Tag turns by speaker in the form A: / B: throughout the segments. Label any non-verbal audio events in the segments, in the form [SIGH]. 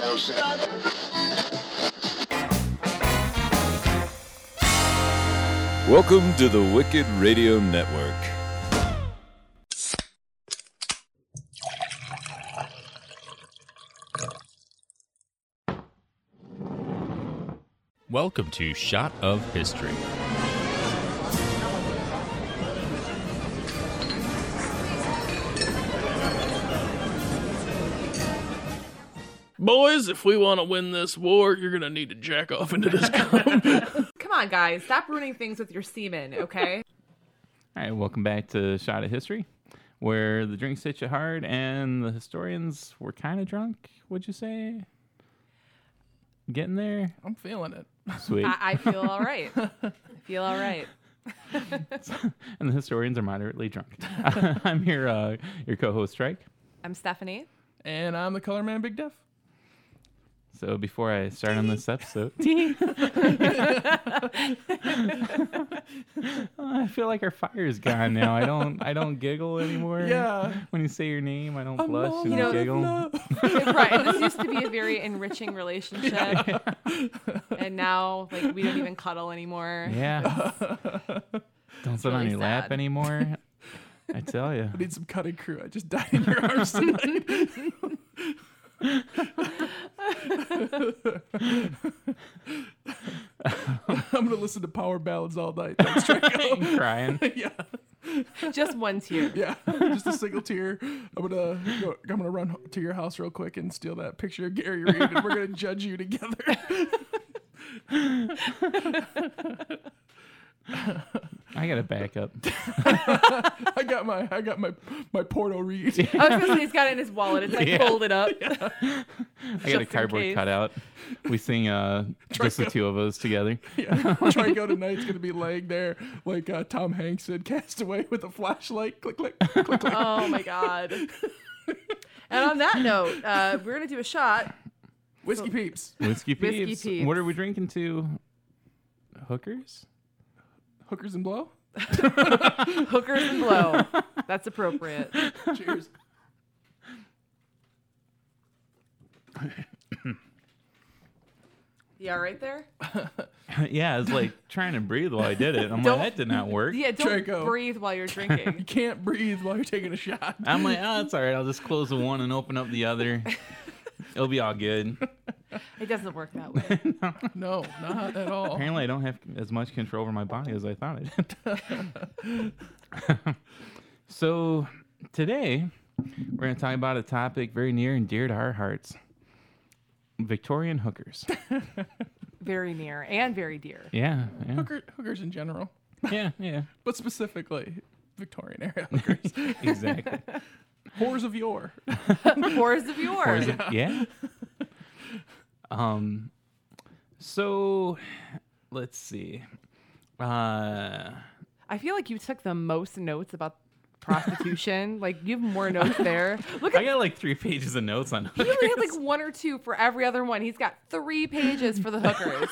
A: no sense.
B: Welcome to the Wicked Radio Network.
C: Welcome to Shot of History.
D: Boys, if we want to win this war, you're going to need to jack off into this cum.
E: Come on, guys, stop ruining things with your semen, okay?
F: All right, welcome back to Shot of History, where the drinks hit you hard and the historians were kind of drunk, would you say? Getting there?
D: [LAUGHS] I'm feeling it.
F: Sweet.
E: I, I feel all right. I feel all right.
F: and the historians are moderately drunk. [LAUGHS] I'm your, uh, your co host, Strike.
E: I'm Stephanie.
D: And I'm the color man, Big Def.
F: So before I start on this episode, [LAUGHS] I feel like our fire is gone now. I don't I don't giggle anymore.
D: Yeah.
F: When you say your name, I don't blush and
E: You know,
F: giggle.
E: right. and This used to be a very enriching relationship, and now like we don't even cuddle anymore.
F: [LAUGHS] Yeah. don't sit on
E: really
F: your lap
E: sad.
F: [LAUGHS] anymore. I tell you.
D: I need some cutting crew. I just died in your arms tonight. I'm gonna listen to power ballads all night. That's true.
E: [LAUGHS]
F: Crying.
D: yeah,
E: Just one tear.
D: yeah. Just a single tear. I'm gonna go, I'm gonna run to your house real quick and steal that picture of Gary Reed, and we're gonna judge you together.
F: I gotta back [LAUGHS] up.
D: I got my I got my my Porto Reed.
E: I was gonna say he's got it in his wallet. It's like folded up.
F: I got a
E: in
F: cardboard
E: case.
F: cutout. We
E: [LAUGHS]
F: sing uh just the two of us together.
D: [LAUGHS] Yeah. Trico tonight's gonna be laying there like uh, Tom Hanks in Castaway with a flashlight. Click click click click.
E: Oh my god. And on that note, uh, we're gonna do a shot.
D: Whiskey peeps.
F: Whiskey peeps.
E: Whiskey peeps.
F: What are we drinking to? Hookers?
D: Hookers and blow.
E: Hookers and blow. That's appropriate.
D: Cheers.
E: Yeah, right there.
F: [LAUGHS] yeah, I was like trying to breathe while I did it. I'm
E: Don't-
F: like, that did not
E: [LAUGHS]
F: work.
E: Yeah, don't
D: Draco.
E: breathe while you're drinking.
D: [LAUGHS] You can't breathe while you're taking a shot.
F: I'm like, oh, it's all right. I'll just close the one and open up the
E: [LAUGHS]
F: other. It'll be all good.
E: It doesn't work that way.
D: No, not at all.
F: Apparently, I don't have as much control over my body as I thought I did.
D: [LAUGHS]
F: so, today, we're going to talk about a topic very near and dear to our hearts Victorian
D: [LAUGHS]
F: hookers.
E: Very near and very
F: [LAUGHS]
E: dear.
F: Yeah. Yeah.
D: Hooker, hookers in general,
F: Yeah.
D: [LAUGHS]
F: yeah
D: but specifically Victorian era hookers,
F: exactly.
D: whores of yore.
E: Whores of
F: Or
E: yours.
F: is it- yeah. um. So, let's see. Uh.
E: I feel like you took the most notes about
F: [LAUGHS]
E: prostitution. like you have more notes there. Look at
F: I got like three pages of
D: [LAUGHS]
F: notes on
E: he
F: [LAUGHS]
E: only had like one or two for every other one. He's got three pages for the
F: [LAUGHS]
E: hookers.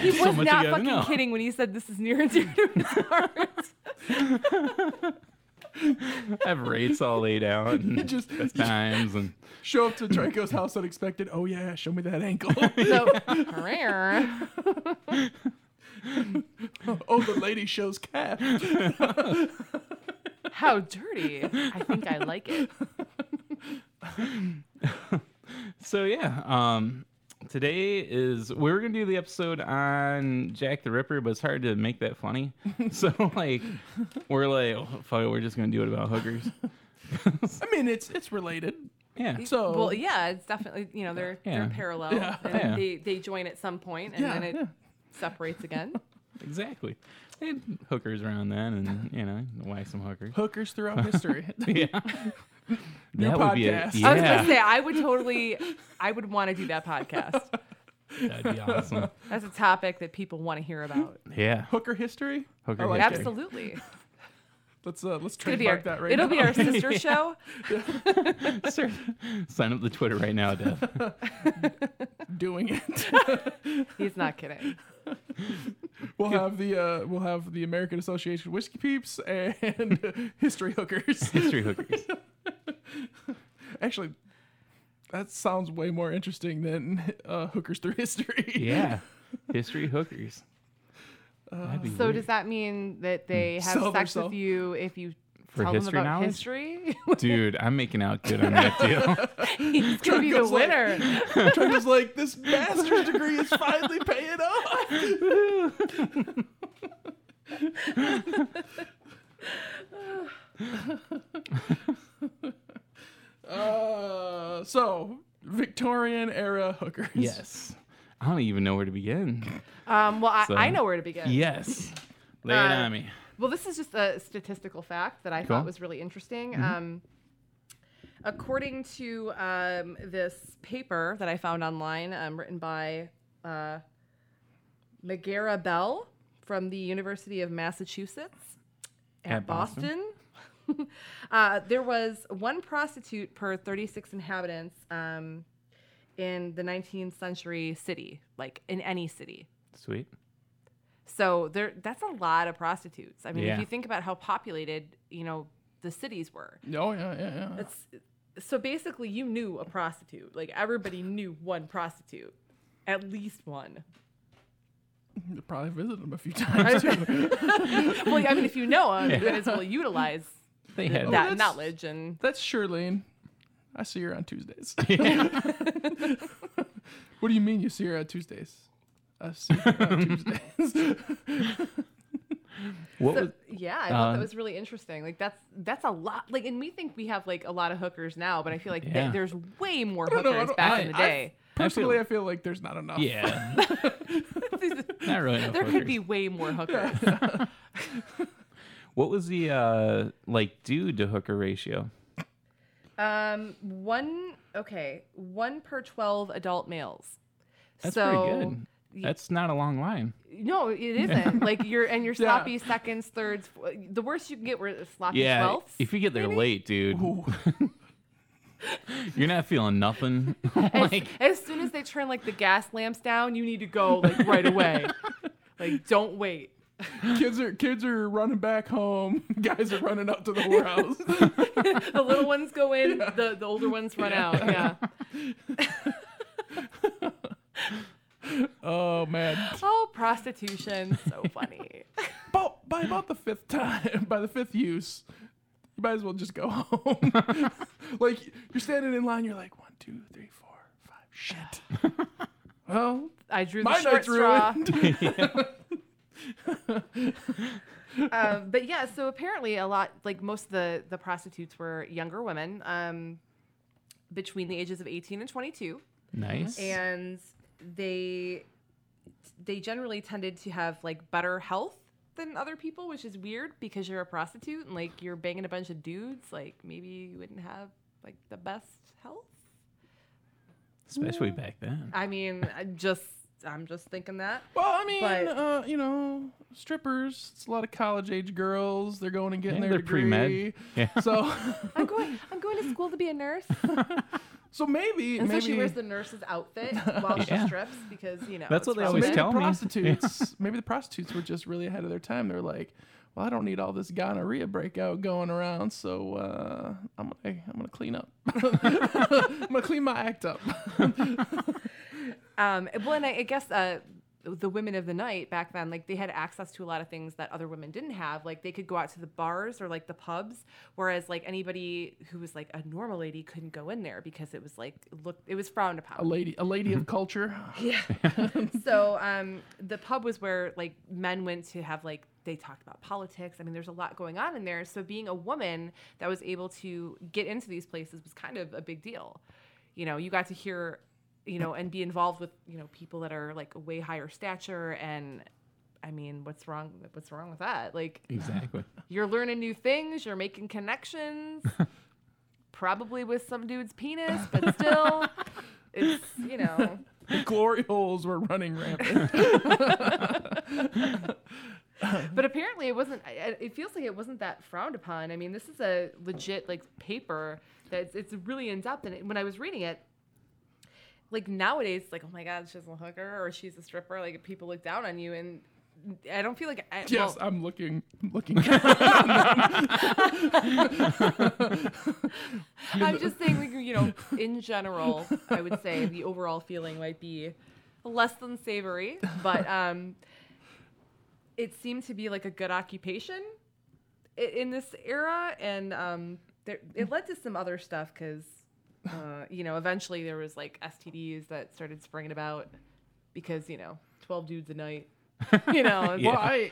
E: He
F: So
E: was
F: much
E: not
F: you gotta
E: fucking
F: know.
E: kidding when he said this is near and dear to his
F: [LAUGHS]
E: heart.
F: I have rates all laid out
D: [LAUGHS]
F: and
D: Just
F: times and
D: show up to Draco's house unexpected. Oh yeah, show me that
E: [LAUGHS]
D: ankle.
E: So, rare.
D: oh, the lady shows calf.
E: how dirty. I think I like it.
F: so yeah. Um, today is we were gonna do the episode on Jack the Ripper, but it's hard to make that
E: [LAUGHS]
F: funny. so like, we're like, oh, fuck, it, we're just gonna do it about hookers.
D: I mean, it's it's related.
F: Yeah.
D: So
E: well, yeah, it's definitely you know they're
F: Yeah.
E: they're parallel.
D: Yeah.
E: And
F: Yeah.
E: They they join at some point and
D: Yeah,
E: then it
D: yeah.
E: separates again.
F: Exactly. They had hookers around then, and you know, why some hookers?
D: hookers throughout
E: [LAUGHS]
D: history.
F: Yeah.
D: New
F: that would be a,
D: podcast.
E: I was
F: yeah.
E: gonna say
D: [LAUGHS]
E: I would totally I would want to do that podcast.
F: That'd be awesome.
E: That's a topic that people want to hear about. Oh,
F: Yeah.
D: Hooker history.
F: Hooker
D: I like
F: history.
D: it.
E: Absolutely. It's
D: Let's uh, let's
E: gonna be our,
D: trademark that right
E: it'll
D: now.
E: be our sister show.
F: Sir, [LAUGHS] Sign up the Twitter right
E: [LAUGHS]
F: now, Dev.
D: [LAUGHS] doing it.
E: He's not kidding.
D: We'll have the uh, we'll have the American Association of Whiskey Peeps and [LAUGHS] history hookers.
F: History hookers.
D: Actually, that sounds way more interesting than [LAUGHS] uh, hookers through history. [LAUGHS]
F: Yeah. History hookers. That'd be
E: So
F: weird.
E: does that mean that they have
D: Mm. Sell
E: sex
D: theirself.
E: with you if you
F: For
E: tell
F: history
E: them about
D: [LAUGHS]
F: knowledge?
E: history? [LAUGHS]
F: Dude, I'm making out good on that deal.
E: He's gonna be the
D: Drunko's like-
E: winner.
D: Trent was like, this master's degree is finally paying off. [LAUGHS] uh, so, Victorian era hookers.
F: yes. I don't even know where to begin.
E: Um, well, I,
F: So-
E: I know where to begin.
F: Yes. Lay it
E: Uh,
F: on me.
E: Well, this is just a statistical fact that I
F: Cool.
E: thought was really interesting. Um, according to um, this paper that I found online, um, written by uh, Megara Bell from the University of Massachusetts at,
F: At Boston?
E: Boston, [LAUGHS] uh, there was one prostitute per 36 inhabitants um, in the 19th century city, like in any city.
F: Sweet.
E: So there, that's a lot of prostitutes. I mean,
F: Yeah.
E: if you think about how populated, you know, the cities were.
D: Oh, yeah, yeah, yeah.
E: That's so basically you knew a prostitute. Like everybody knew one prostitute, at least one.
D: You probably visited them a few times, too.
E: Well, I mean, if you know them, you might as well utilize
F: They had
D: Oh,
E: that
D: that's-
E: knowledge. And
D: That's Shirlene. I see her on
E: [LAUGHS]
D: Tuesdays. [LAUGHS] what do you mean you see her on Tuesdays? I see her
E: [LAUGHS]
D: on [LAUGHS] Tuesdays.
F: what
E: so,
F: was
E: yeah, I thought
F: uh,
E: that was really interesting. Like that's that's a lot. Like, and we think we have like a lot of hookers now, but I feel like th-
F: Yeah.
E: there's way more
D: don't know, I
E: hookers
D: don't-
E: back
F: I-
E: in the
D: [LAUGHS]
F: I-
E: day.
D: Personally, I feel like there's not enough.
E: [LAUGHS]
F: Yeah. Not really. enough
E: there
F: hookers.
E: could be way more hookers.
F: What was the uh like dude to hooker ratio?
E: Um, one okay, one per twelve adult males.
F: That's
E: so,
F: pretty good.
E: y-
F: That's not a long line.
E: No, it
F: [LAUGHS]
E: isn't. like your and your
D: Yeah.
E: sloppy seconds, thirds. f- The worst you can get were sloppy
F: Yeah.
E: twelfths.
F: If you get there
E: maybe?
F: late, dude,
D: Ooh.
F: [LAUGHS] you're not
E: [LAUGHS]
F: feeling nothing.
E: as,
F: like
E: as soon as they turn like the gas lamps down, you need to go like right
F: [LAUGHS]
E: away. like don't wait. [LAUGHS]
D: kids are kids are running back home. [LAUGHS] Guys are running up to the
E: [LAUGHS]
D: warehouse.
E: The little ones go in, the the older ones run out. Yeah.
D: oh man!
E: Oh, prostitution, so funny.
D: But by about the fifth time, [LAUGHS] by the fifth use, you might as well just go [LAUGHS] home. like you're standing in line, you're like one, two, three, four, five.
E: [LAUGHS]
D: Shit. well,
E: I drew the
D: my
E: short
D: night's
E: straw.
D: ruined.
E: um, but yeah, so apparently a lot, like most of the the prostitutes were younger women, um, between the ages of eighteen and twenty two,
F: nice.
E: and they they generally tended to have like better health than other people, which is weird because you're a prostitute and like you're banging a bunch of dudes, like maybe you wouldn't have like the best health.
F: Especially back then.
E: I mean, I just I'm just thinking that.
D: well, I mean,
E: But-
D: uh, you know, strippers. It's a lot of college age girls. They're going and getting
F: Yeah,
D: their
F: they're pre-med.
D: degree.
F: Yeah.
D: [LAUGHS] So,
E: I'm going I'm going to school to be a
F: [LAUGHS]
E: nurse.
D: so maybe
E: And
D: maybe
E: so she wears the nurse's
F: [LAUGHS]
E: outfit while
F: Yeah.
E: she strips because you know it's
F: That's what they
E: from
F: always
E: men.
D: maybe
F: tell
D: the
F: me.
D: prostitutes maybe the prostitutes were just really ahead of their time they're like well i don't need all this gonorrhea breakout going around so uh, i'm gonna i'm gonna clean up [LAUGHS] i'm gonna clean my act up [LAUGHS]
E: Um, well, and I, I guess uh, the women of the night back then, like they had access to a lot of things that other women didn't have. Like they could go out to the bars or like the pubs, whereas like anybody who was like a normal lady couldn't go in there because it was like look, it was frowned
D: a
E: upon.
D: lady a lady
F: Mm-hmm.
D: of culture [LAUGHS]
E: Yeah. so um, the pub was where like men went to have like they talked about politics. I mean, there's a lot going on in there. So being a woman that was able to get into these places was kind of a big deal. You know, you got to hear, you know, and be involved with you know people that are like way higher stature and. I mean, what's wrong? What's wrong with that? Like, [LAUGHS]
F: Exactly.
E: you're learning new things, you're making connections, probably with some dude's penis, but still, it's you know,
D: the glory holes were running
E: [LAUGHS]
D: rampant
E: [LAUGHS] But apparently, it wasn't. I- I- It feels like it wasn't that frowned upon. I mean, this is a legit like paper that's it's really in depth. And it- when I was reading it, like nowadays, like oh my god, she's a hooker or she's a stripper. Like people look down on you, and I don't feel like I,
D: Yes,
E: well,
D: I'm looking. I'm looking.
F: [LAUGHS]
E: I'm just saying, like, you [LAUGHS] know, in general, I would say the overall feeling might be less than savory, [LAUGHS] but um, it seemed to be like a good occupation i- in this era, and um, there, it led to some other stuff [LAUGHS] because, uh, you know, eventually there was like STDs that started springing about because you know, twelve dudes a night, you [LAUGHS] know, and
D: Well, I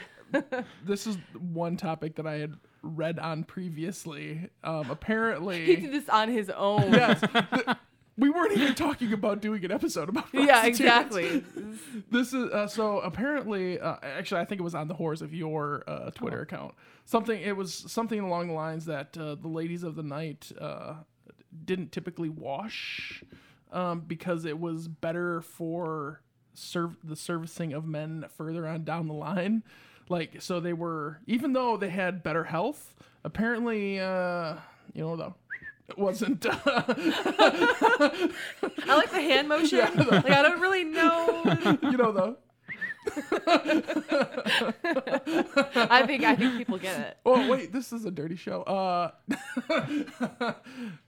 D: this is one topic that I had read on previously.
E: [LAUGHS]
D: Um, apparently,
E: he did this on his own.
D: yes, th- we weren't even talking about doing an episode about.
E: [LAUGHS] [LAUGHS] yeah,
D: prostitutes.
E: exactly.
D: This is uh, so apparently. Uh, actually, I think it was on the horrors of your uh, Twitter account. Something it was something along the lines that uh, the ladies of the night uh, didn't typically wash um, because it was better for serv- the servicing of men further on down the line. Like so, they were even though they had better health. Apparently, uh, you know the. It wasn't. uh, [LAUGHS]
E: I like the
F: [LAUGHS]
E: hand motion. Like I don't really know
D: you know the
E: I think I think people get it.
D: Oh wait, this is a dirty show. Uh, [LAUGHS] uh,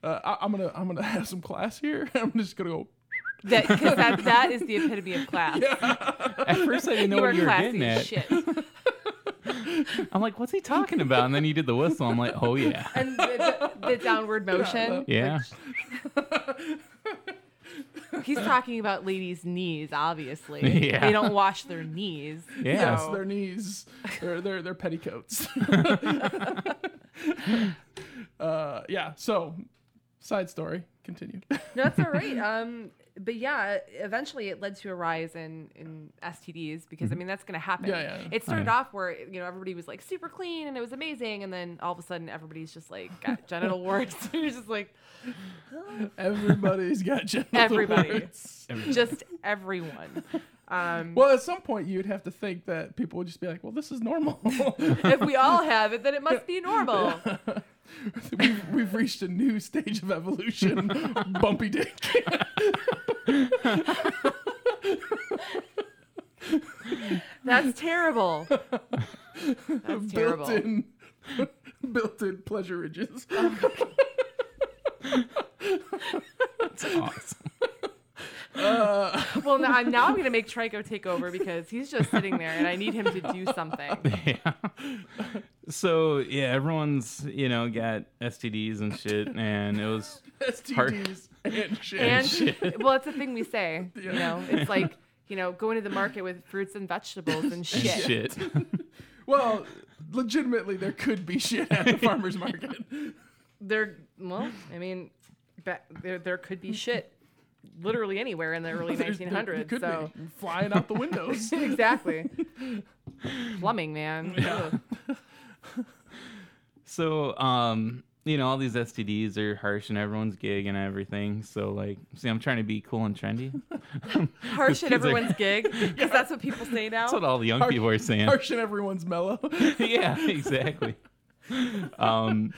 D: I, I'm gonna I'm gonna have some class here. [LAUGHS] I'm just gonna go.
E: That, 'cause that that is the epitome of class.
F: At first, I didn't know
E: you are
F: what you were
E: classy
F: getting
E: as
F: at.
E: shit.
F: [LAUGHS] I'm like, what's he talking about? And then he did the whistle. I'm like, oh yeah,
E: [LAUGHS] And the, the, the downward motion.
F: yeah.
E: He's talking about ladies' knees, obviously.
F: [LAUGHS] Yeah.
E: They don't wash their knees.
F: [LAUGHS] Yeah.
D: Yes, their knees, their their their petticoats. [LAUGHS] uh, yeah. So, side story. Continue. [LAUGHS]
E: No, that's all right. Um, but yeah, eventually it led to a rise in in STDs because I mean that's going to happen.
D: Yeah, yeah.
E: It started
F: Mm-hmm. yeah.
E: off where you know everybody was like super clean and it was amazing, and then all of a sudden everybody's just like got genital warts. [LAUGHS] It's just like
D: Everybody's got genital
E: Everybody.
D: warts.
E: [LAUGHS] just everyone. Um,
D: Well, [LAUGHS] at some point you'd have to think that people would just be like, "Well, this is normal. [LAUGHS]
E: if we all have it, then it must be normal.
D: [LAUGHS] we've, we've reached a new stage of
E: [LAUGHS]
D: evolution. Bumpy dick."
E: That's terrible. That's
D: [LAUGHS]
E: terrible.
D: built-in built-in pleasure ridges.
E: Oh
D: [LAUGHS]
F: Awesome.
D: Uh,
E: Well, now I'm, now I'm going to make Trico take over because he's just sitting there and I need him to
D: [LAUGHS]
E: do something.
F: yeah. [LAUGHS] So yeah, everyone's you know got STDs and shit, and
D: [LAUGHS]
F: it was
D: STDs and shit.
E: And, well, it's a thing we say. You
D: Yeah.
E: know, it's like, you know, going to the market with fruits and vegetables
D: [LAUGHS]
E: and shit.
F: shit. [LAUGHS]
D: well, legitimately, there could be shit at the
E: [LAUGHS]
D: farmers market.
E: There, well, I mean, ba- there, there could be shit literally anywhere in the
D: [LAUGHS]
E: early
D: There's- [LAUGHS] there
E: 1900s.
D: could
E: so.
D: be flying out the
E: [LAUGHS]
D: windows.
E: exactly. Plumbing, man. Ugh.
F: So um, you know all these STDs are harsh and everyone's gig and everything. So like, see, I'm trying to be cool and trendy.
E: Harsh at
F: He's like-
E: everyone's gig because that's what people say now.
F: That's what all the young people are saying.
D: Oh, Harsh and everyone's mellow.
F: [LAUGHS] yeah, exactly. Um,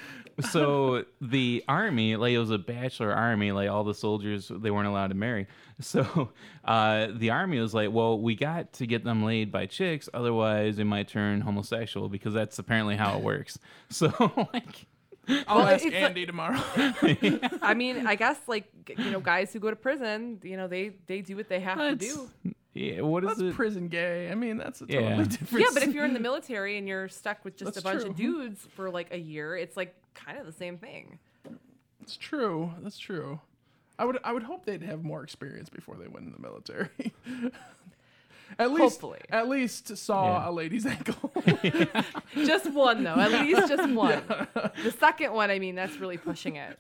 F: so the army, like it was a bachelor army, like all the soldiers they weren't allowed to marry. So uh, the army was like, well, we got to get them laid by chicks, otherwise they might turn homosexual because that's apparently how it works. [LAUGHS] So like,
D: I'll
E: Well,
D: ask
E: it's like-
D: Andy tomorrow. [LAUGHS]
E: I mean, I guess like g- you know, guys who go to prison, you know, they they do what they have to
F: That's-
E: do.
F: yeah, what is
D: That's
F: it?
D: prison gay. I mean, that's a
F: Yeah.
D: totally different.
E: Yeah, but if you're in the military and you're stuck with just
D: That's
E: a bunch of
D: true.
E: dudes for like a year, it's like kind of the same thing.
D: it's true, that's true. I would I would hope they'd have more experience before they went in the military. [LAUGHS] at least,
E: Hopefully.
D: at least saw
F: Yeah.
D: a lady's [LAUGHS] ankle.
E: Just one though, at least just one. The second one, I mean, that's really pushing it.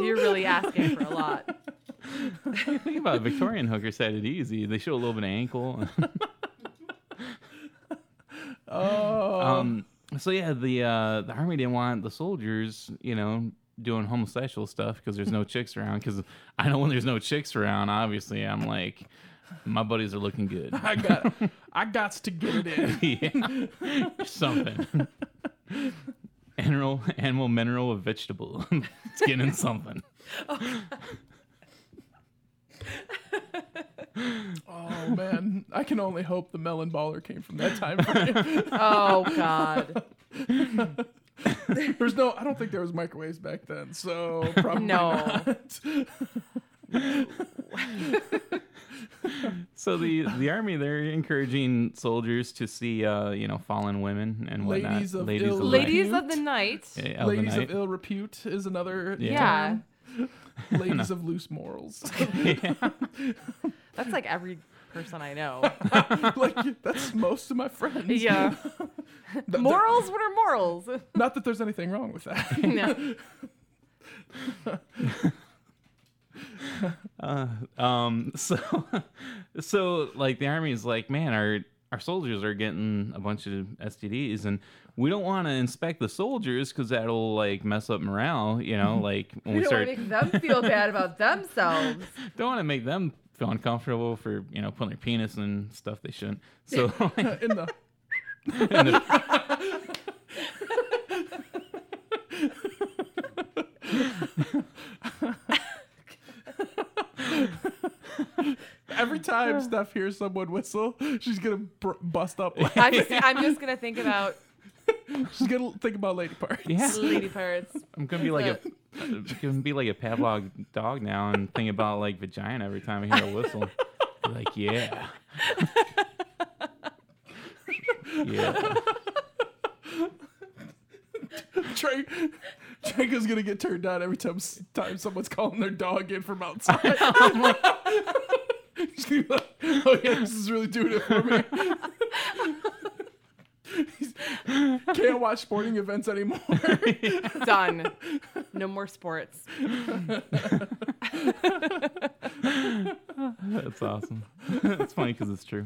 E: You're really asking for a lot.
F: Think about it, Victorian hookers had it easy. They show a little bit of ankle.
D: [LAUGHS] Oh,
F: um so yeah the uh the army didn't want the soldiers you know doing homosexual stuff because there's no chicks around because i know when there's no chicks around obviously i'm like my buddies are looking good [LAUGHS]
D: I got, I got to get it in.
F: yeah something animal animal mineral or vegetable [LAUGHS] it's getting something
D: Oh Oh man, I can only hope the melon baller came from that time
E: [LAUGHS]
D: frame.
E: Oh God.
D: There's no, I don't think there was microwaves back then, so probably
E: No.
D: not.
F: So the the army they're encouraging soldiers to see uh you know fallen women and whatnot.
D: Ladies of ill-
F: the night.
E: Ladies of the night.
F: Yeah, of the
D: Ladies
F: night. Eh,
D: of ill repute is another.
F: Yeah. [LAUGHS]
E: yeah.
D: term. Ladies of loose morals. [LAUGHS]
E: That's like every person I know.
D: like that's most of my friends.
E: yeah.
D: Th- th-
E: morals? What are morals? [LAUGHS]
D: Not that there's anything wrong with that. [LAUGHS]
E: no.
F: Uh, um, [LAUGHS] so, so like the army is like, man, our our soldiers are getting a bunch of STDs, and we don't want to inspect the soldiers because that'll like mess up morale. You [LAUGHS] know, like when
E: We
F: we
E: don't
F: start,
E: want to make them feel
D: [LAUGHS]
E: bad about themselves.
F: don't want to make them feel uncomfortable for you know putting their penis and stuff they shouldn't. So, [LAUGHS] like,
D: In the
F: and the-
D: every time Steph hears someone whistle, she's gonna br- bust up.
E: I'm just, I'm just gonna think about
D: she's gonna think about lady parts.
F: yeah,
E: lady parts.
F: I'm gonna be like a. I'm gonna be like a Pavlov dog now and think about like vagina every time I hear a whistle. Be like, [LAUGHS] yeah. yeah.
D: [LAUGHS] Drake, Draco's gonna get turned down every time time someone's calling their dog in from outside. She's gonna be like, oh yeah, this is really doing it for me. [LAUGHS] He's- Can't watch sporting events anymore.
E: Done. No more sports.
F: That's awesome. [LAUGHS] That's funny because it's true.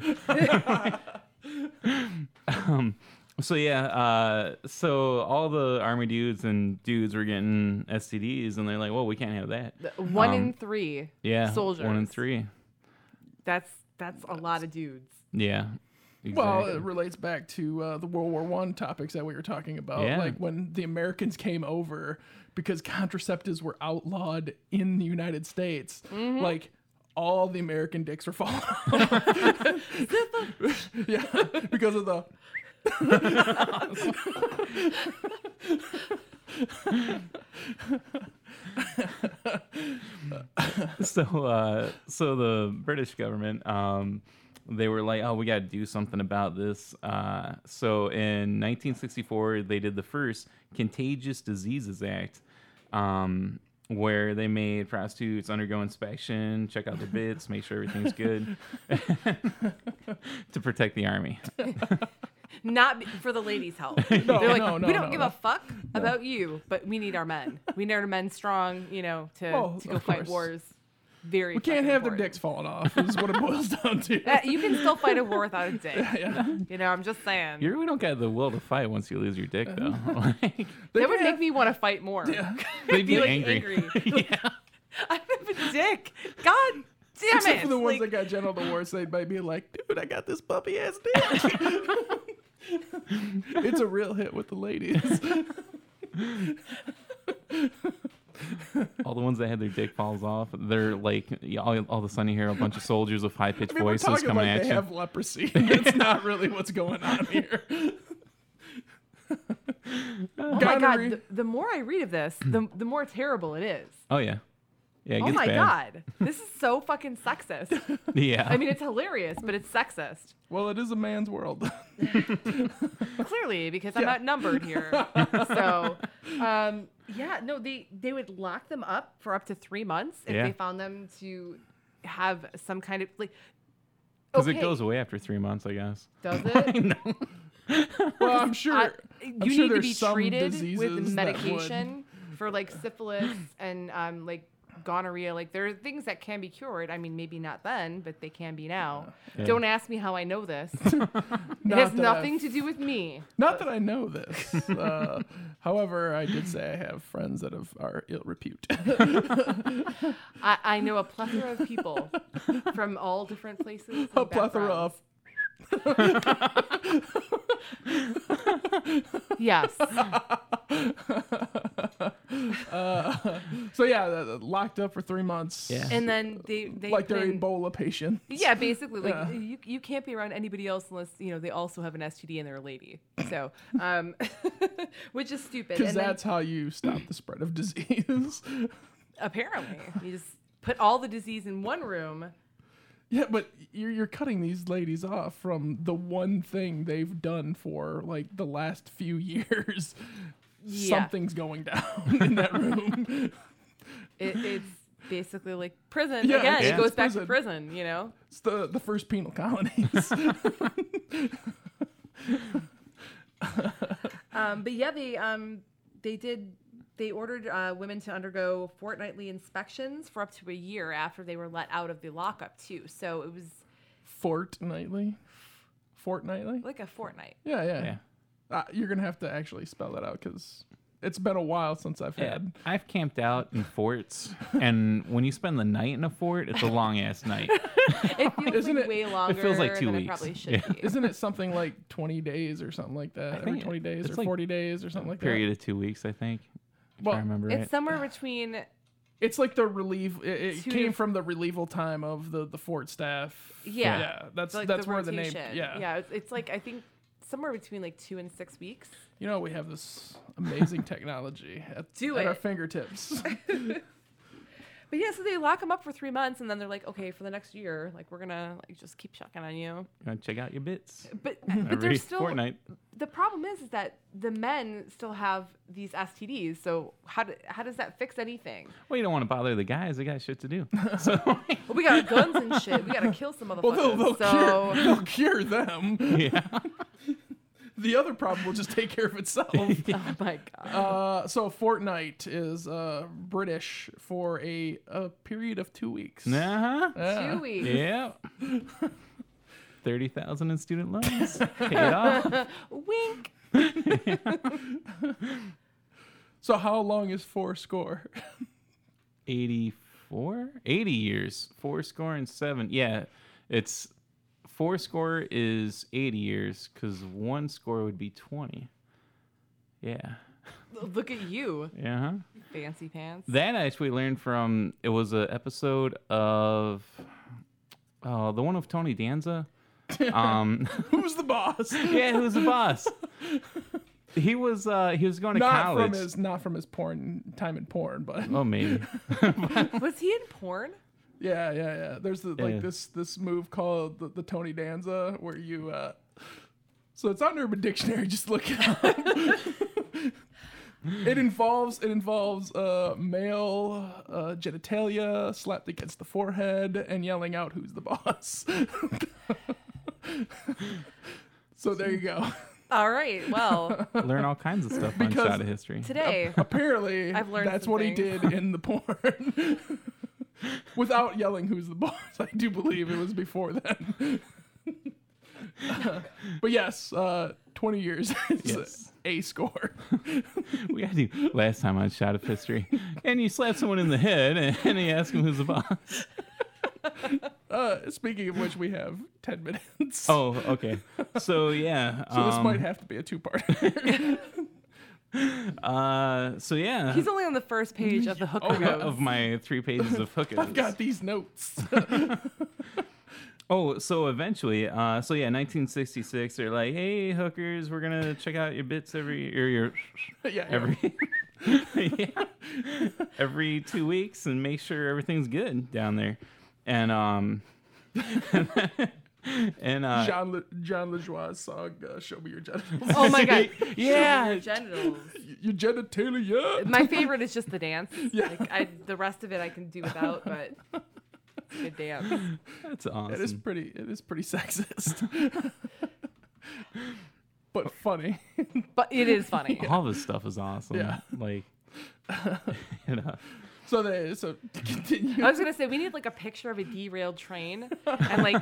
F: um, so yeah, uh, so all the army dudes and dudes were getting STDs, and they're like, "Well, we can't have that."
E: One
F: Um,
E: in three.
F: Yeah,
E: Soldiers.
F: one in three.
E: That's that's a lot of dudes.
F: Yeah,
D: Well,
F: exactly.
D: it relates back to uh, the World War One topics that we were talking about,
F: Yeah.
D: like when the Americans came over because contraceptives were outlawed in the United States.
E: Mm-hmm.
D: Like all the American dicks were falling.
E: [LAUGHS]
D: off. [LAUGHS] yeah, because of the
F: so uh so the british government um they were like oh we got to do something about this uh so in 1964 they did the first contagious diseases act um where they made prostitutes undergo inspection check out their bits make sure everything's good [LAUGHS] to protect the army
E: Not be- for the ladies' health.
D: [LAUGHS] No,
E: They're like,
D: no, no,
E: we don't
D: no,
E: give
D: no."
E: a fuck about you, but we need our men. We need our men strong, you know, to,
D: Oh,
E: to go
D: of
E: fight
D: course.
E: wars. Very.
D: we can't
E: fucking
D: have their
E: important.
D: dicks falling off. Is what it boils down to.
E: [LAUGHS] That- you can still fight a war without a
D: [LAUGHS]
E: dick.
D: Yeah.
E: You know, I'm just saying.
F: you really don't got the will to fight once you lose your dick
D: [LAUGHS]
F: though like,
D: They
E: that
D: can have-
E: would make me want to fight more. [LAUGHS]
F: they'd
E: Be
F: be
E: like
F: angry,
E: angry.
F: [LAUGHS]
E: [LAUGHS] I'm a dick. God damn
D: Except
E: it.
D: for the ones
E: Like,
D: that got genital divorce, they might be like, dude, I got this puppy ass
E: [LAUGHS]
D: dick. [LAUGHS] it's a real hit with the ladies.
F: all the ones that had their dick falls off, they're like you- all, all of a sudden you hear a bunch of soldiers with high pitched
D: I mean, we're
F: voices
D: talking
F: coming
D: like
F: at
D: they
F: you.
D: have [LAUGHS] leprosy. That's not really what's going on here.
E: oh my God. The, the more I read of this, the, the more terrible it is.
F: Oh yeah, yeah. It
E: Oh
F: gets
E: my
F: bad.
E: God. This is so fucking sexist.
F: [LAUGHS] Yeah.
E: I mean, it's hilarious, but it's sexist.
D: Well, it is a man's world.
E: Clearly, because I'm outnumbered
F: [LAUGHS]
E: here. so, um, yeah, no, they they would lock them up for up to three months if
F: Yeah.
E: they found them to have some kind of like.
F: because
E: okay,
F: it goes away after three months, I guess. [LAUGHS]
E: Does it?
D: [LAUGHS] well, [LAUGHS] I'm sure.
E: I-
D: I'm
E: you
D: sure
E: need to
D: there's
E: be
D: some
E: treated
D: diseases
E: with
D: that would-
E: medication for like syphilis and um, like gonorrhea. Like there are things that can be cured. I mean, maybe not then, but they can be now.
F: Yeah.
E: Don't ask me how I know
D: [LAUGHS]
E: this. it
D: Not
E: has
D: that I've-
E: nothing to do with me.
D: Not that I know this. Uh, however, I did say I have friends that have, are ill [LAUGHS] repute.
E: I, I know a plethora
D: [LAUGHS]
E: of people from all different places. and
D: a plethora
E: backgrounds.
D: of.
E: Yes.
D: Uh, so yeah, th- th- locked up for three months.
F: Yeah.
E: and then they they
D: like they're
E: then-
D: Ebola patients. [LAUGHS]
E: Yeah, basically, like
D: Yeah.
E: you, you can't be around anybody else unless you know they also have an STD and they're a lady. So, um, [LAUGHS] which is stupid.
D: Because
E: And then,
D: that's how you stop the spread of [LAUGHS] disease.
E: apparently, you just put all the disease in one room.
D: yeah, but you're you're cutting these ladies off from the one thing they've done for like the last few [LAUGHS] years.
E: Yeah.
D: Something's going down in that room.
E: It, it's basically like prison
D: Yeah,
E: again.
D: it's-
E: It goes
D: it's
E: back to prison. You know,
D: it's the the first penal colonies. [LAUGHS]
E: Um, but yeah, they um, they did. They ordered uh, women to undergo fortnightly inspections for up to a year after they were let out of the lockup too. So it was
D: Fortnightly. Fortnightly.
E: like a [LAUGHS] fortnight.
D: Yeah, yeah.
F: Yeah.
D: Uh, you're gonna have to actually spell that out because it's been a while since I've
F: Yeah,
D: had.
F: I've camped out in
E: [LAUGHS]
F: forts, and when you spend the night in a fort, it's a long ass
E: [LAUGHS]
F: night.
E: It feels
D: Isn't
E: like
D: it-
E: way longer
F: feels like two
E: than
F: weeks.
E: it probably should
F: Yeah.
E: be.
D: Isn't it something like 20 days or something like that? Every
F: think
D: 20 days or
F: it's like
D: 40 days or something like
F: Period of two weeks, I think.
D: that. Well,
F: I remember
E: It's
F: right.
E: somewhere between
D: It's like the relief. It, it
E: Two
D: came
E: to-
D: from the relieval time of the the fort staff.
E: Yeah.
D: yeah. That's
E: like
D: that's
E: the
D: where
E: rotation.
D: the name. Yeah.
E: yeah. It's, it's like I think somewhere between like two and six weeks.
D: You know we have this amazing technology at,
E: [LAUGHS] Do
D: at our
E: it. [LAUGHS]
D: fingertips.
E: But yeah, so they lock them up for three months, and then they're like, okay, for the next year, like we're gonna like just keep checking on you.
F: You wanna check out your bits.
E: But but
F: [LAUGHS] Every
E: there's still
F: fortnight.
E: the problem is, is that the men still have these STDs. So how do, how does that fix anything?
F: Well, you don't want to bother the guys. They got shit
E: [LAUGHS]
F: to do. So,
E: Well, we got guns and shit. We gotta kill
F: [LAUGHS]
E: some motherfuckers.
D: well, they'll, they'll,
E: so
D: cure, they'll cure them.
F: yeah.
D: The other problem will just take care of itself.
E: [LAUGHS] oh my god.
D: Uh, so fortnight is uh, British for a, a period of two weeks.
F: Uh-huh.
D: Yeah.
E: Two weeks.
F: Yeah.
E: [LAUGHS]
F: 30,000 in student
E: [LAUGHS]
F: loans. Paid off.
E: Wink.
D: So how long is four score? [LAUGHS]
F: 84? 80 years. Four score and seven. Yeah. It's four score is 80 years because one score would be 20. Yeah.
E: Look at you,
F: Yeah.
D: Uh-huh.
F: huh
E: fancy pants.
F: That I actually learned from it was an episode of uh, the one of Tony Danza.
D: [LAUGHS]
F: Um, [LAUGHS]
D: Who's the boss?
F: yeah, who's
D: [LAUGHS]
F: the boss? He was uh, he was going to
D: Not
F: college.
D: from his not from his porn time in porn, but [LAUGHS]
F: oh, maybe.
E: Was he in porn?
D: yeah, yeah, yeah. There's the, like
F: Yeah.
D: this this move called the, the Tony Danza where you. Uh, so it's on Urban Dictionary. [LAUGHS] Just look it up. it involves it involves uh, male uh, genitalia slapped against the forehead and yelling out "Who's the boss." [LAUGHS] so there you go.
E: All right. Well,
F: [LAUGHS] Learn all kinds of stuff on
D: Because
F: Shot of History.
E: today.
F: Oh.
D: Apparently,
E: I've learned
D: that's
E: some
D: what he
E: things.
D: did in the porn. [LAUGHS] Without yelling, who's the boss? [LAUGHS] I do believe it was before then. [LAUGHS] but yes, uh, 20 years [LAUGHS] is
F: Yes.
D: a score.
F: [LAUGHS] We had you last time on Shot of History, [LAUGHS] and you slap someone in the head, [LAUGHS] and, and you ask him who's the boss.
D: Uh, speaking of which, we have 10 minutes.
F: Oh, okay. So yeah.
D: [LAUGHS] so this
F: um,
D: might have to be a two parter.
F: uh, so yeah.
E: He's only on the first page of the hooker
F: Oh, yeah,
E: notes.
F: [LAUGHS] of my three pages of
D: [LAUGHS]
F: hookers.
D: [LAUGHS] I've got these notes. [LAUGHS]
F: Oh, so eventually, uh, so yeah, 1966, they're like, hey, hookers, we're gonna check out your bits every or your
D: yeah,
F: every
D: [LAUGHS]
F: [LAUGHS] yeah, every two weeks and make sure everything's good down there, and um, [LAUGHS] and uh,
D: John, Le- John LeJoie's song, uh, Show Me Your Genitals. [LAUGHS]
E: oh
F: [LAUGHS]
E: my god.
F: yeah,
E: Your genitals.
D: your genitalia.
E: My favorite is just the dance.
D: [LAUGHS] Yeah.
E: Like I, the rest of it I can do without, but it's a good dance.
F: that's awesome.
D: It is pretty. It is pretty [LAUGHS]
E: [LAUGHS]
D: sexist, but funny.
E: But it is funny.
F: All this stuff is awesome.
D: Yeah. [LAUGHS]
F: like, [LAUGHS] you know,
D: So they so to continue.
E: I was gonna say we need like a picture of a derailed train, and like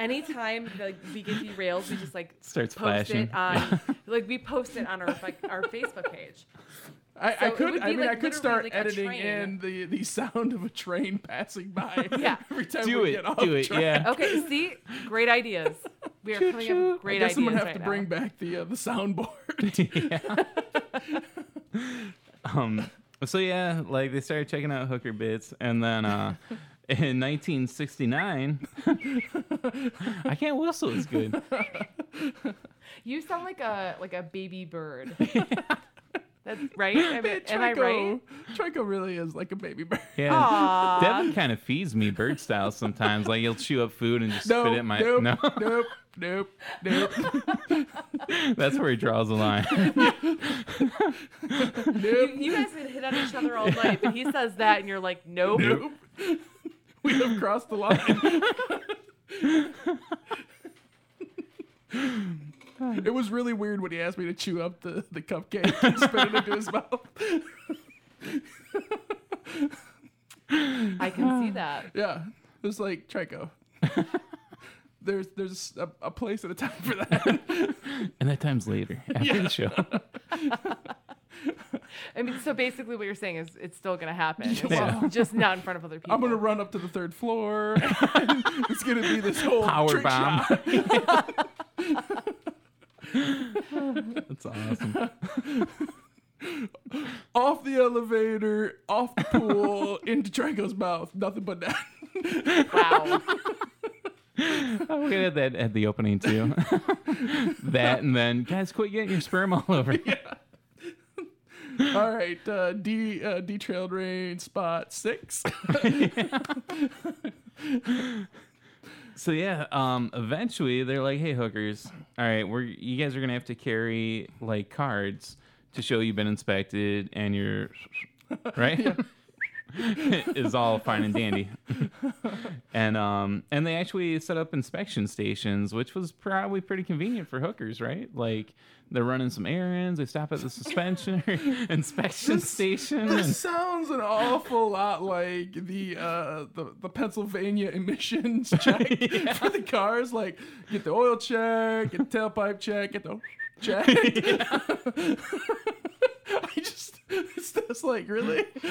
E: anytime like we get derailed, we just like
F: Starts
E: post
F: flashing.
E: it on like we post it on our like, our Facebook page.
D: I,
E: so
D: I
E: it
D: could.
E: would
D: I
E: be
D: mean,
E: like
D: I could
E: literally
D: start
E: like a
D: editing
E: train.
D: in the the sound of a train passing by.
E: [LAUGHS] Yeah.
D: [LAUGHS] Every time
F: do
D: we
F: it,
D: get off
F: do it,
D: track.
F: yeah.
E: Okay, see, great ideas. We are coming up
F: Choo-choo.
E: with great
D: I guess I'm
E: ideas
D: gonna have
E: right
D: to
E: now. [LAUGHS]
F: [LAUGHS]
D: bring back the uh, the soundboard.
F: yeah. um, so yeah, like they started checking out hooker bits, and
D: [LAUGHS]
F: then uh, in 1969, [LAUGHS] I can't whistle as good.
E: You sound like a like a baby bird. That's right. Am, am I right?
D: Trico really is like a baby bird.
F: Yeah,
E: Aw.
F: Devin kind of feeds me bird style sometimes. Like he'll chew up food and just spit it
D: Nope,
F: in my
D: nope,
F: [LAUGHS] no.
D: nope, nope, nope,
E: [LAUGHS]
F: That's where he draws
D: [LAUGHS]
F: the line.
E: You,
D: nope,
E: you guys can hit on each other all night,
D: [LAUGHS]
E: but he says that, and you're like, nope.
D: nope. [LAUGHS] We have crossed the line.
F: [LAUGHS]
D: it was really weird when he asked me to chew up the, the cupcake and spit it into his [LAUGHS] mouth.
E: I can see that.
D: Yeah, it was like
F: [LAUGHS]
D: Trico. There's there's a, a place and a time for
F: [LAUGHS]
D: that.
F: and that time's later after the show.
E: I mean, so basically, what you're saying is it's still gonna happen. It's
D: Yeah.
E: just, just not in front of other people.
D: I'm gonna run up to the third floor. [LAUGHS] it's gonna be this whole
F: Power
D: trick
F: bomb.
D: shot.
F: [LAUGHS] That's [LAUGHS] awesome.
D: off the elevator, off the pool,
F: [LAUGHS]
D: into Trico's mouth. Nothing but that.
E: Wow.
F: Oh, we had that at the opening [LAUGHS] too. that and then guys, quit getting your sperm all [LAUGHS] over.
D: All right, uh, D uh, D trailed rain spot six. [LAUGHS]
F: So yeah, um, eventually they're like, "Hey hookers, all right, we're you guys are gonna have to carry like cards to show you've been inspected and you're [LAUGHS] right is all fine and dandy." and um, and they actually set up inspection stations, which was probably pretty convenient for hookers, right? Like they're running some errands, they stop at the suspension [LAUGHS] inspection station. and- [LAUGHS]
D: this sounds an awful lot like the uh, the the Pennsylvania [LAUGHS] emissions check for the cars. Like get the oil check, get the tailpipe check, get the check. [LAUGHS] I just it's just like really. [LAUGHS]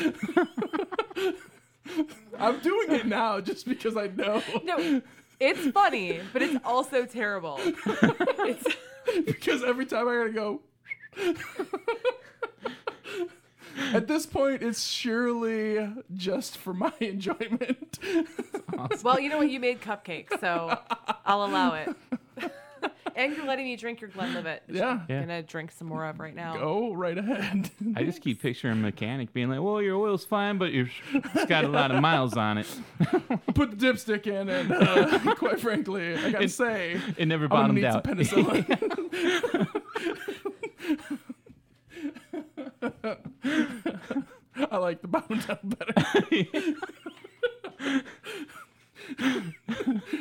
D: I'm doing it now just because I know.
E: No, it's funny, but it's also terrible. It's,
D: [LAUGHS] because every time I gotta go. [LAUGHS] At this point, it's surely just for my [LAUGHS] enjoyment. [LAUGHS]
E: well, you know what? You made cupcakes, so I'll
D: [LAUGHS]
E: allow it. and you're letting me drink your Glenlivet. which
D: Yeah.
E: I'm
F: Yeah.
E: gonna drink some more of right now.
D: Go right ahead.
F: I just keep picturing a mechanic being like, "Well, your oil's fine, but your it's got a lot of miles on it.
D: [LAUGHS] Put the dipstick in, and uh, quite frankly, I gotta say,
F: It never
D: I'm gonna
F: bottomed
D: need
F: out."
D: some penicillin. [LAUGHS] I like the bottomed out [LAUGHS] better.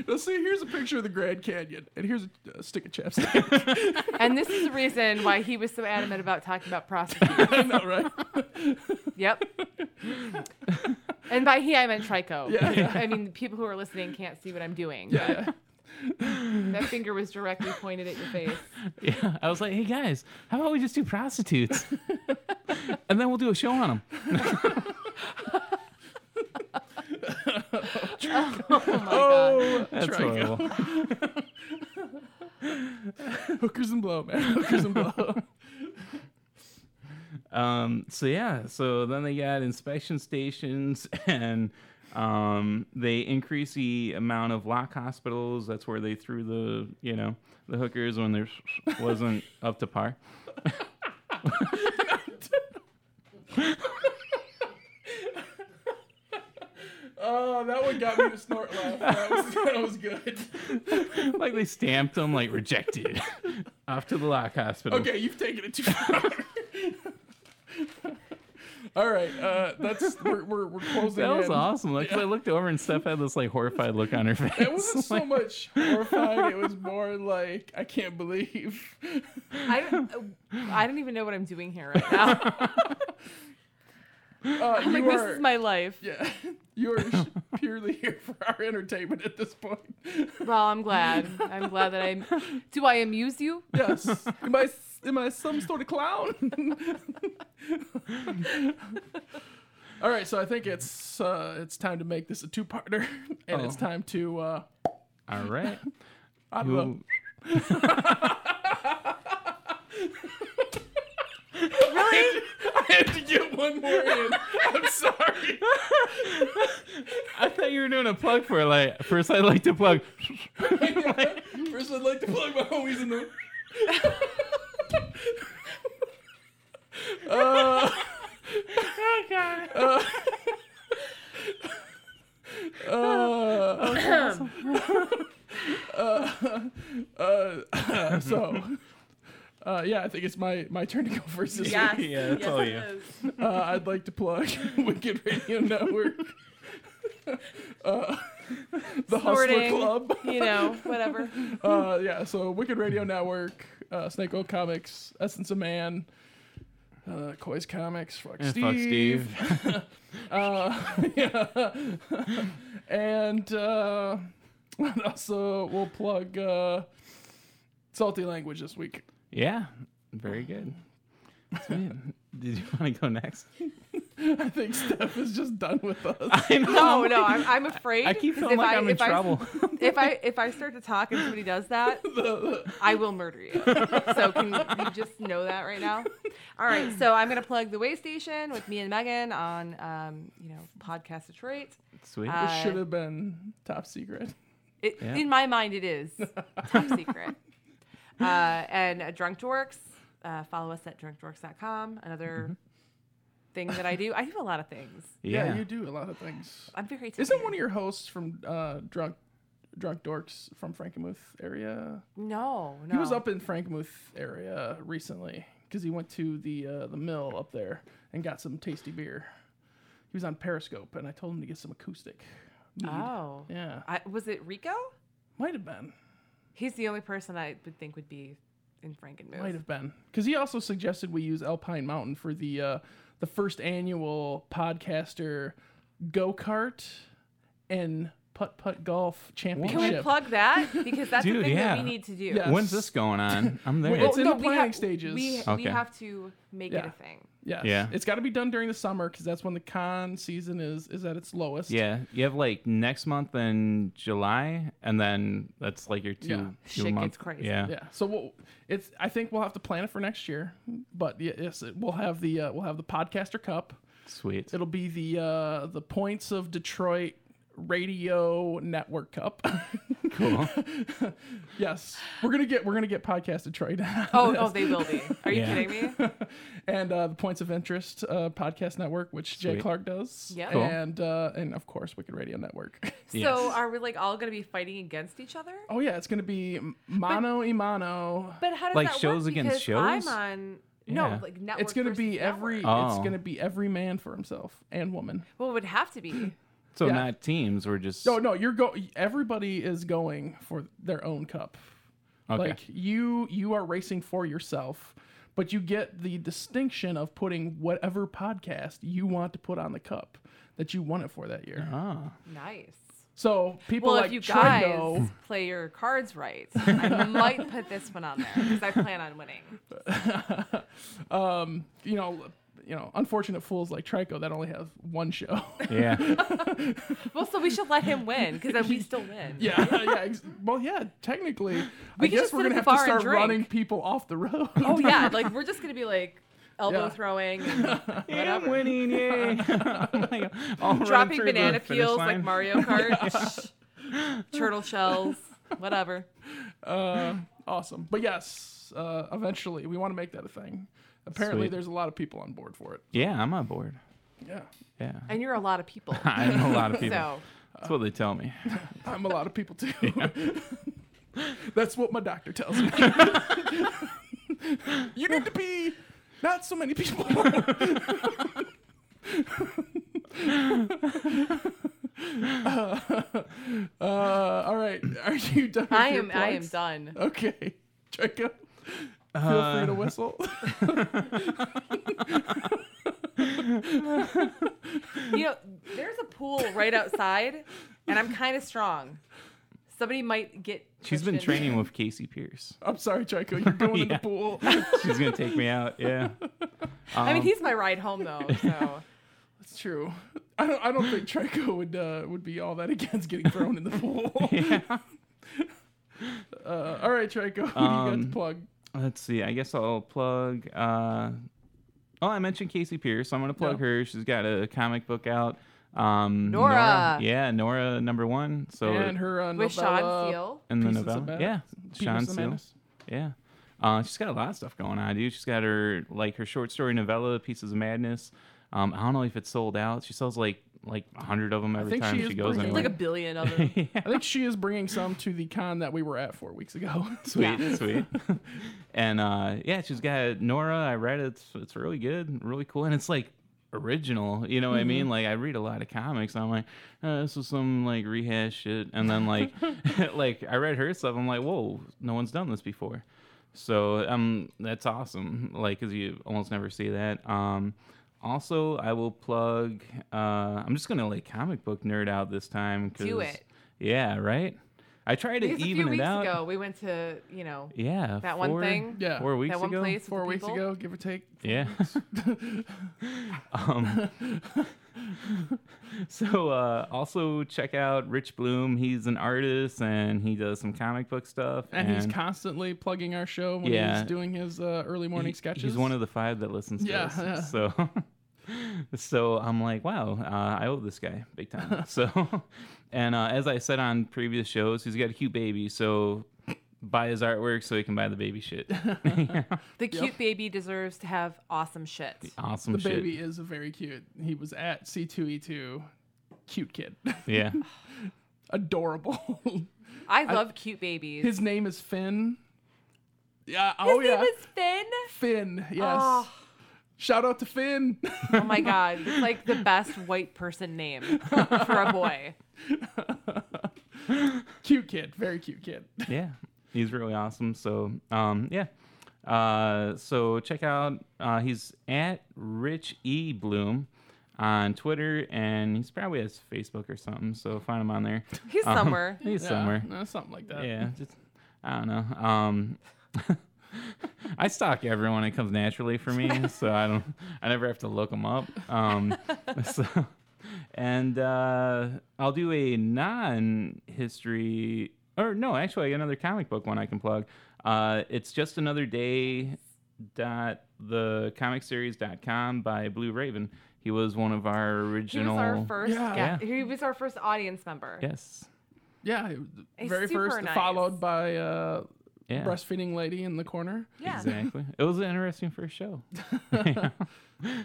D: now, see, here's a picture of the Grand Canyon, and here's a, a stick of chapstick. [LAUGHS]
E: And this is the reason why he was so adamant about talking
D: [LAUGHS]
E: about prostitutes.
D: I know, right? [LAUGHS]
E: Yep. and by he, I meant Trico.
D: Yeah, yeah.
E: [LAUGHS] I mean, people who are listening can't see what I'm doing.
D: Yeah.
E: but That finger was directly pointed at
D: [LAUGHS]
E: your face.
F: [LAUGHS] yeah, I was like, "Hey guys, how about we just do
D: [LAUGHS]
F: prostitutes, and then we'll do a show on them."
E: Oh my God.
D: Oh,
F: That's
D: Trico.
F: horrible.
D: hookers and blow, man. Hookers and blow.
F: Um, so yeah, so then they got inspection stations [LAUGHS] and um, they increase the amount of lock hospitals. That's where they threw the you know the hookers when there [LAUGHS] wasn't up to par.
D: [LAUGHS]
F: [LAUGHS]
D: Oh, that one got me to snort laugh. That was, that was good.
F: like they stamped them like rejected [LAUGHS] off to the lock hospital.
D: Okay, you've taken it too [LAUGHS] far. All right, uh, that's we're, we're, we're closing.
F: That was
D: in.
F: awesome. Like, 'cause I looked over and Steph had this like horrified look on her face.
D: It wasn't so
F: Like,
D: much horrified. It was more like I can't believe.
E: I don't, I don't even know what I'm doing here right now.
D: [LAUGHS] Uh,
E: [LAUGHS] I'm like,
D: you
E: this
D: are-
E: is my life.
D: [LAUGHS] Yeah, you are sh- purely here for our entertainment at this point. [LAUGHS]
E: Well, I'm glad. I'm glad that I. Do I amuse you?
D: Yes, am I s- am I some sort of clown? [LAUGHS] All right, so I think it's uh, it's time to make this a two-parter, [LAUGHS] and it's
F: Oh.
D: time to uh,
F: [LAUGHS] All right.
D: I don't [LAUGHS] know.
F: Who-
E: really?
D: I had to get [LAUGHS] one more in. I'm sorry.
F: I thought you were doing a plug for like first I'd like to plug
D: [LAUGHS] First, I'd like to plug my homies in the. [LAUGHS] uh,
F: Oh god.
D: [LAUGHS] uh, uh, so, uh, yeah, I think it's my my turn to go first. This
E: yes.
D: week.
F: Yeah, that's
E: yes,
F: all
E: it
F: you.
E: is.
D: Uh, I'd like to plug [LAUGHS] Wicked Radio Network. Uh, the
E: Snorting,
D: Hustler Club.
E: You [LAUGHS] know, whatever.
D: uh, yeah, so Wicked Radio Network, uh, Snake Oil Comics, Essence of Man, uh, Koi's Comics, Fuck
F: And
D: Steve.
F: Eh, fuck Steve.
D: [LAUGHS] Uh, [LAUGHS] yeah. and uh, [LAUGHS] and also, we'll plug uh, Salty Language this week. [LAUGHS]
F: Yeah, very good. Sweet. Did you want to go next? [LAUGHS]
D: I think Steph is just done with us. [LAUGHS]
F: I know.
E: No, no, I'm, I'm afraid.
F: I keep
E: 'cause
F: feeling
E: if
F: like
E: I,
F: I, am in
E: if I-
F: trouble.
E: [LAUGHS] if I if I start to talk and somebody does that, I will murder you. So can you just know that right now? [LAUGHS] All right. So I'm gonna plug the Way Station with me and Megan on um, you know podcast Detroit.
F: [LAUGHS] Sweet.
E: Uh,
D: This should have been top secret.
E: It,
F: Yeah.
E: In my mind, it is top secret.
D: [LAUGHS]
E: Uh, and uh, Drunk Dorks. Uh, follow us at drunkdorks.com. Another
D: Mm-hmm.
E: thing that I do. I do a lot of things.
D: Yeah.
F: yeah.
D: you do a lot of things.
E: I'm very.
D: Isn't one of your hosts from uh, Drunk Drunk Dorks from Frankenmuth area?
E: No, no.
D: He was up in Frankmouth area recently because he went to the uh, the mill up there and got some tasty beer. He was on Periscope, and I told him to get some acoustic. mead.
E: Oh.
D: Yeah,
E: I, was it Rico?
D: might have been,
E: He's the only person I would think would be in Frankenmuth.
D: might have been, because he also suggested we use Alpine Mountain for the uh, the first annual podcaster go kart and putt putt golf championship.
E: Can we plug [LAUGHS] that? Because that's the
F: Dude,
E: thing
F: yeah.
E: that we need to do.
D: Yeah.
F: When's this going on? I'm there.
D: Well, It's in the
E: we
D: planning
E: have-
D: stages.
E: We, we
F: Okay.
E: have to make it
D: Yeah.
E: a thing.
D: Yes.
F: Yeah.
D: It's got to be done during the summer because that's when the con season is is at its lowest.
F: yeah, you have like next month in July, and then that's like your two,
D: Yeah.
F: two
E: Shit gets
F: months.
E: crazy.
F: Yeah.
D: Yeah. So we'll, it's I think we'll have to plan it for next year, but ye- yes, it, we'll have the uh, we'll have the podcaster cup.
F: sweet.
D: It'll be the uh, the points of Detroit radio network cup.
F: Cool.
D: [LAUGHS] yes, we're gonna get we're gonna get podcast Detroit. [LAUGHS]
E: Oh, oh, they will be. Are you
F: Yeah.
E: kidding me?
D: and uh, the points of interest uh, podcast network, which Jay
F: Sweet.
D: Clark does.
E: Yeah. Cool.
D: And uh, and of course Wicked Radio Network. [LAUGHS]
E: So
F: Yes.
E: are we like all going to be fighting against each other?
D: oh yeah, it's gonna be mono imano.
E: But how does
F: Like
E: that work?
F: shows against
E: because I'm
F: shows?
E: on
F: Yeah.
E: no like network.
D: It's gonna
E: versus
D: be
E: network.
D: every it's
F: Oh.
D: gonna be every man for himself and woman.
E: Well, it would have to [CLEARS THROAT] be.
F: So
D: Yeah.
F: not teams, we're just
D: Oh, No, no, you're go. Everybody is going for their own cup.
F: okay.
D: Like you, you are racing for yourself, but you get the distinction of putting whatever podcast you want to put on the cup that you want it for that year.
F: Ah.
E: Nice.
D: So people
E: Well,
D: like
E: if you guys
D: Trendo,
E: play your cards [LAUGHS] right, I might put this one on there because I plan on winning.
D: [LAUGHS] um, you know, you know, unfortunate fools like Trico that only have one show.
F: [LAUGHS]
D: [LAUGHS]
E: [LAUGHS]
F: Yeah.
E: Well, so we should let him win because then [LAUGHS] we still win.
D: yeah, yeah. Ex- well, yeah. Technically, I
E: We can
D: guess
E: just
D: we're
E: sit
D: gonna have
E: at the
D: to
E: bar and
D: start
E: drink.
D: running people off the road.
E: Oh yeah, like we're just gonna be like elbow
D: Yeah.
E: throwing, and
F: Yeah, I'm winning, yay. [LAUGHS] Oh my God. I'll run
E: dropping
F: through the
E: banana
F: finish
E: peels
F: line.
E: like Mario
F: [LAUGHS]
E: Kart, turtle shells, whatever.
D: uh, awesome. But yes, uh, eventually we want to make that a thing. Apparently,
F: Sweet.
D: there's a lot of people on board for it.
F: Yeah, I'm on board.
D: Yeah,
F: Yeah.
E: And you're a lot of
F: [LAUGHS]
E: people,
F: I know a lot of people.
E: so
F: That's what they
D: [LAUGHS]
F: tell me.
D: [LAUGHS] I'm a lot of people
F: [LAUGHS]
D: too. [LAUGHS] That's what my doctor tells me. you need to be not so many people. [LAUGHS] Uh, uh, all right, are you done? With
E: I
D: your
E: am I am
D: plugs?
E: [LAUGHS] done.
D: Okay, [LAUGHS] Jacob, feel free
F: Uh,
D: to whistle. [LAUGHS]
E: You know, there's a pool right outside, and I'm kind of strong. Somebody might get.
F: She's been
E: Christian.
F: training with Casey Pierce.
D: I'm sorry, Jacob. You're going in the
F: [LAUGHS] Yeah.
D: pool.
F: She's gonna take me out.
D: [LAUGHS]
F: Yeah.
E: I mean,
F: Um,
E: he's my ride home though,
F: [LAUGHS]
E: so
D: It's true. I don't. I don't think Trico would uh, would be all that against
F: [LAUGHS]
D: getting thrown in the pool. [LAUGHS] uh, all right, Trico. Who do you got to
F: Um,
D: plug?
F: Let's see. I guess I'll plug uh, Oh, I mentioned Casey Pierce. So I'm gonna plug
D: Yeah.
F: her. She's got a comic book out. Um,
E: Nora.
F: Yeah, Nora number one. So
D: and her uh,
E: with
D: novella,
E: Sean Seal.
F: in the
D: Pieces of
F: novella.
D: Madness-
F: Yeah,
D: Pieces
F: Sean
D: of
F: Seal.
D: Madness.
F: Yeah. Uh, she's got a lot of stuff going on, dude. She's got her like her short story novella, Pieces of Madness. Um, I don't know if it's sold out. She sells like like a hundred of them every
D: think
F: time
D: she
F: she,
D: is
F: goes
D: bringing-
E: There's
F: anywhere.
E: like a billion of
F: [LAUGHS]
E: them.
D: I think she is bringing some to the con that we were at four weeks ago. [LAUGHS]
F: sweet,
E: [LAUGHS]
F: sweet. and uh, yeah, she's got Nora. I read it. It's, it's really good, really cool, and it's like original. You know
E: Mm-hmm.
F: what I mean? Like I read a lot of comics. And I'm like, oh, this was some like rehash shit, and then
E: [LAUGHS]
F: like, [LAUGHS] like I read her stuff. I'm like, whoa, no one's done this before. So um, that's awesome. Like, cause you almost never see that. Um, also, I will plug. Uh, I'm just gonna like comic book nerd out this time. 'cause-
E: Do it.
F: Yeah, right. I try to
E: Because a
F: even
E: few
F: it
E: weeks
F: out.
E: ago we went to you know
F: Yeah.
E: that one
F: four-
E: thing.
D: Yeah.
F: Four weeks
E: that one
F: ago.
E: place. with
D: four
E: the
D: weeks
E: people.
D: ago, give or take.
F: Yeah. [LAUGHS] um, [LAUGHS] so uh, also check out Rich Bloom. He's an artist and he does some comic book stuff.
D: And, he's constantly plugging our show when
F: Yeah.
D: he's doing his uh, early morning sketches.
F: He's one of the five that listens to
D: Yeah,
F: us.
D: yeah.
F: So [LAUGHS] so I'm like, wow, uh, I owe this guy
D: [LAUGHS]
F: big time. so and uh, as I said on previous shows, he's got a cute baby, so buy his artwork so he can buy the
D: [LAUGHS]
F: baby shit.
E: The cute baby deserves to have awesome shit.
F: awesome
D: the
F: shit.
D: baby is very cute. He was at C2E2. Cute kid. [LAUGHS]
F: Yeah.
D: Adorable. [LAUGHS]
E: I love cute babies.
D: His name is Finn. Yeah.
E: His
D: Oh,
E: name
D: yeah.
E: is Finn.
D: Finn. Yes.
E: Oh.
D: Shout out to Finn. [LAUGHS]
E: Oh my god, it's like the best white person name for a boy.
D: cute kid. Very cute kid.
F: yeah he's really awesome so um yeah uh so check out uh he's at rich e bloom on twitter and he's probably has facebook or something so find him on there
E: He's somewhere.
D: [LAUGHS]
F: he's
D: Yeah,
F: somewhere
D: uh, something like that.
F: yeah just i don't know um [LAUGHS] I stalk everyone. It comes naturally for me, [LAUGHS] so I don't. I never have to look them up. Um, [LAUGHS] so, and uh, I'll do a non-history, or no, actually, another comic book one I can plug. Uh, it's just another day. Dot the comic com by Blue Raven. He was one of our
E: He
F: original.
E: was our first
D: Yeah.
E: yeah.
F: Yeah.
E: he was our first audience member.
F: Yes.
D: Yeah.
E: He's
D: very
E: super
D: first,
E: nice.
D: followed by uh,
F: Yeah.
D: breastfeeding lady in the corner.
E: Yeah.
F: Exactly. It was an interesting first show. [LAUGHS]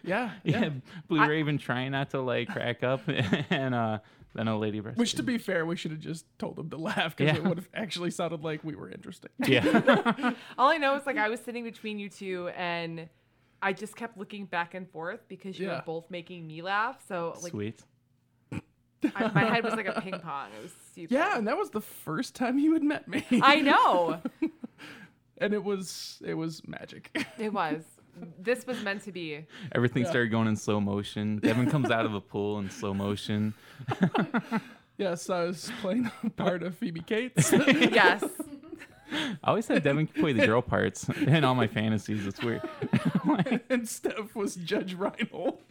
D: Yeah.
F: Yeah,
D: Yeah.
F: Blue Raven trying not to like crack up, [LAUGHS] and uh, then a lady breastfeeding.
D: Which, to
F: [LAUGHS]
D: be fair, we should have just told them to laugh because
F: Yeah.
D: it would have actually sounded like we were interesting. [LAUGHS]
F: yeah,
E: All I know is like I was sitting between you two and I just kept looking back and forth because you
D: Yeah.
E: were both making me laugh. So like
F: sweet.
E: I, my head was like a ping pong.
D: [LAUGHS]
E: It was stupid.
D: Yeah, and that was the first time you had met me.
E: I know.
D: [LAUGHS] and it was it was magic. [LAUGHS]
E: It was. This was meant to be.
F: Everything started going in slow motion. Devin comes out of a pool in slow motion.
D: yes, I was playing
F: [LAUGHS]
D: the part of Phoebe Cates. [LAUGHS]
E: Yes. [LAUGHS]
F: I always had Devin play the girl parts [LAUGHS] in all my fantasies. It's weird. [LAUGHS]
D: and Steph was Judge Reinhold.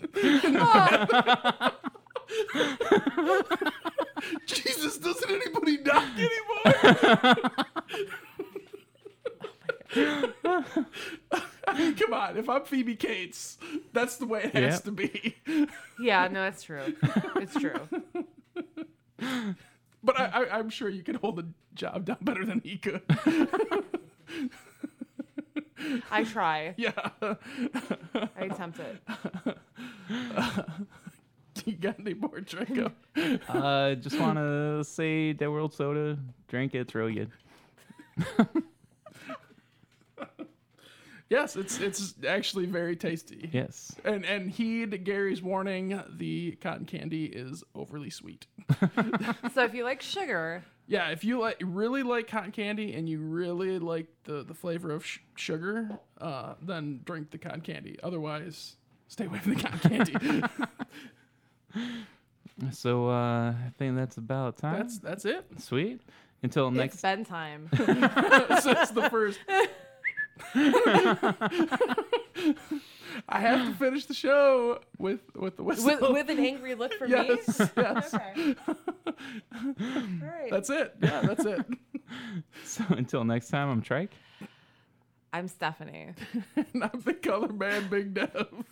D: Jesus, doesn't anybody knock anymore? I mean, come on, if I'm Phoebe Cates, that's the way it has
F: Yep.
D: to be.
E: Yeah, no, that's true. It's true.
D: But I, I, I'm sure you could hold the job down better than he could. [LAUGHS]
E: I try.
D: yeah. [LAUGHS]
E: I attempt it.
D: You got any more Draco?
F: Uh, just want to say, Dead World Soda, drink it. It's really good.
D: Yes, it's it's actually very tasty.
F: Yes.
D: And and heed Gary's warning: the cotton candy is overly sweet.
E: So if you like sugar,
D: Yeah, if you like really like cotton candy and you really like the the flavor of sh- sugar, uh, then drink the cotton candy. Otherwise, stay away from the cotton
E: [LAUGHS]
D: candy. [LAUGHS]
F: So uh, I think that's about time.
D: that's that's it. [LAUGHS]
F: sweet. Until
E: it's
F: next. [LAUGHS]
E: bedtime.
D: Since the
E: [LAUGHS]
D: first. [LAUGHS] I have to finish the show with with the whistle.
E: with, with an angry look from
D: [LAUGHS] yes,
E: me.
D: yes.
E: Okay. All right. [LAUGHS]
D: That's it. [LAUGHS] Yeah, that's it.
F: So until next time, I'm Trike.
E: I'm Stephanie.
D: Not the color man, Big Dev.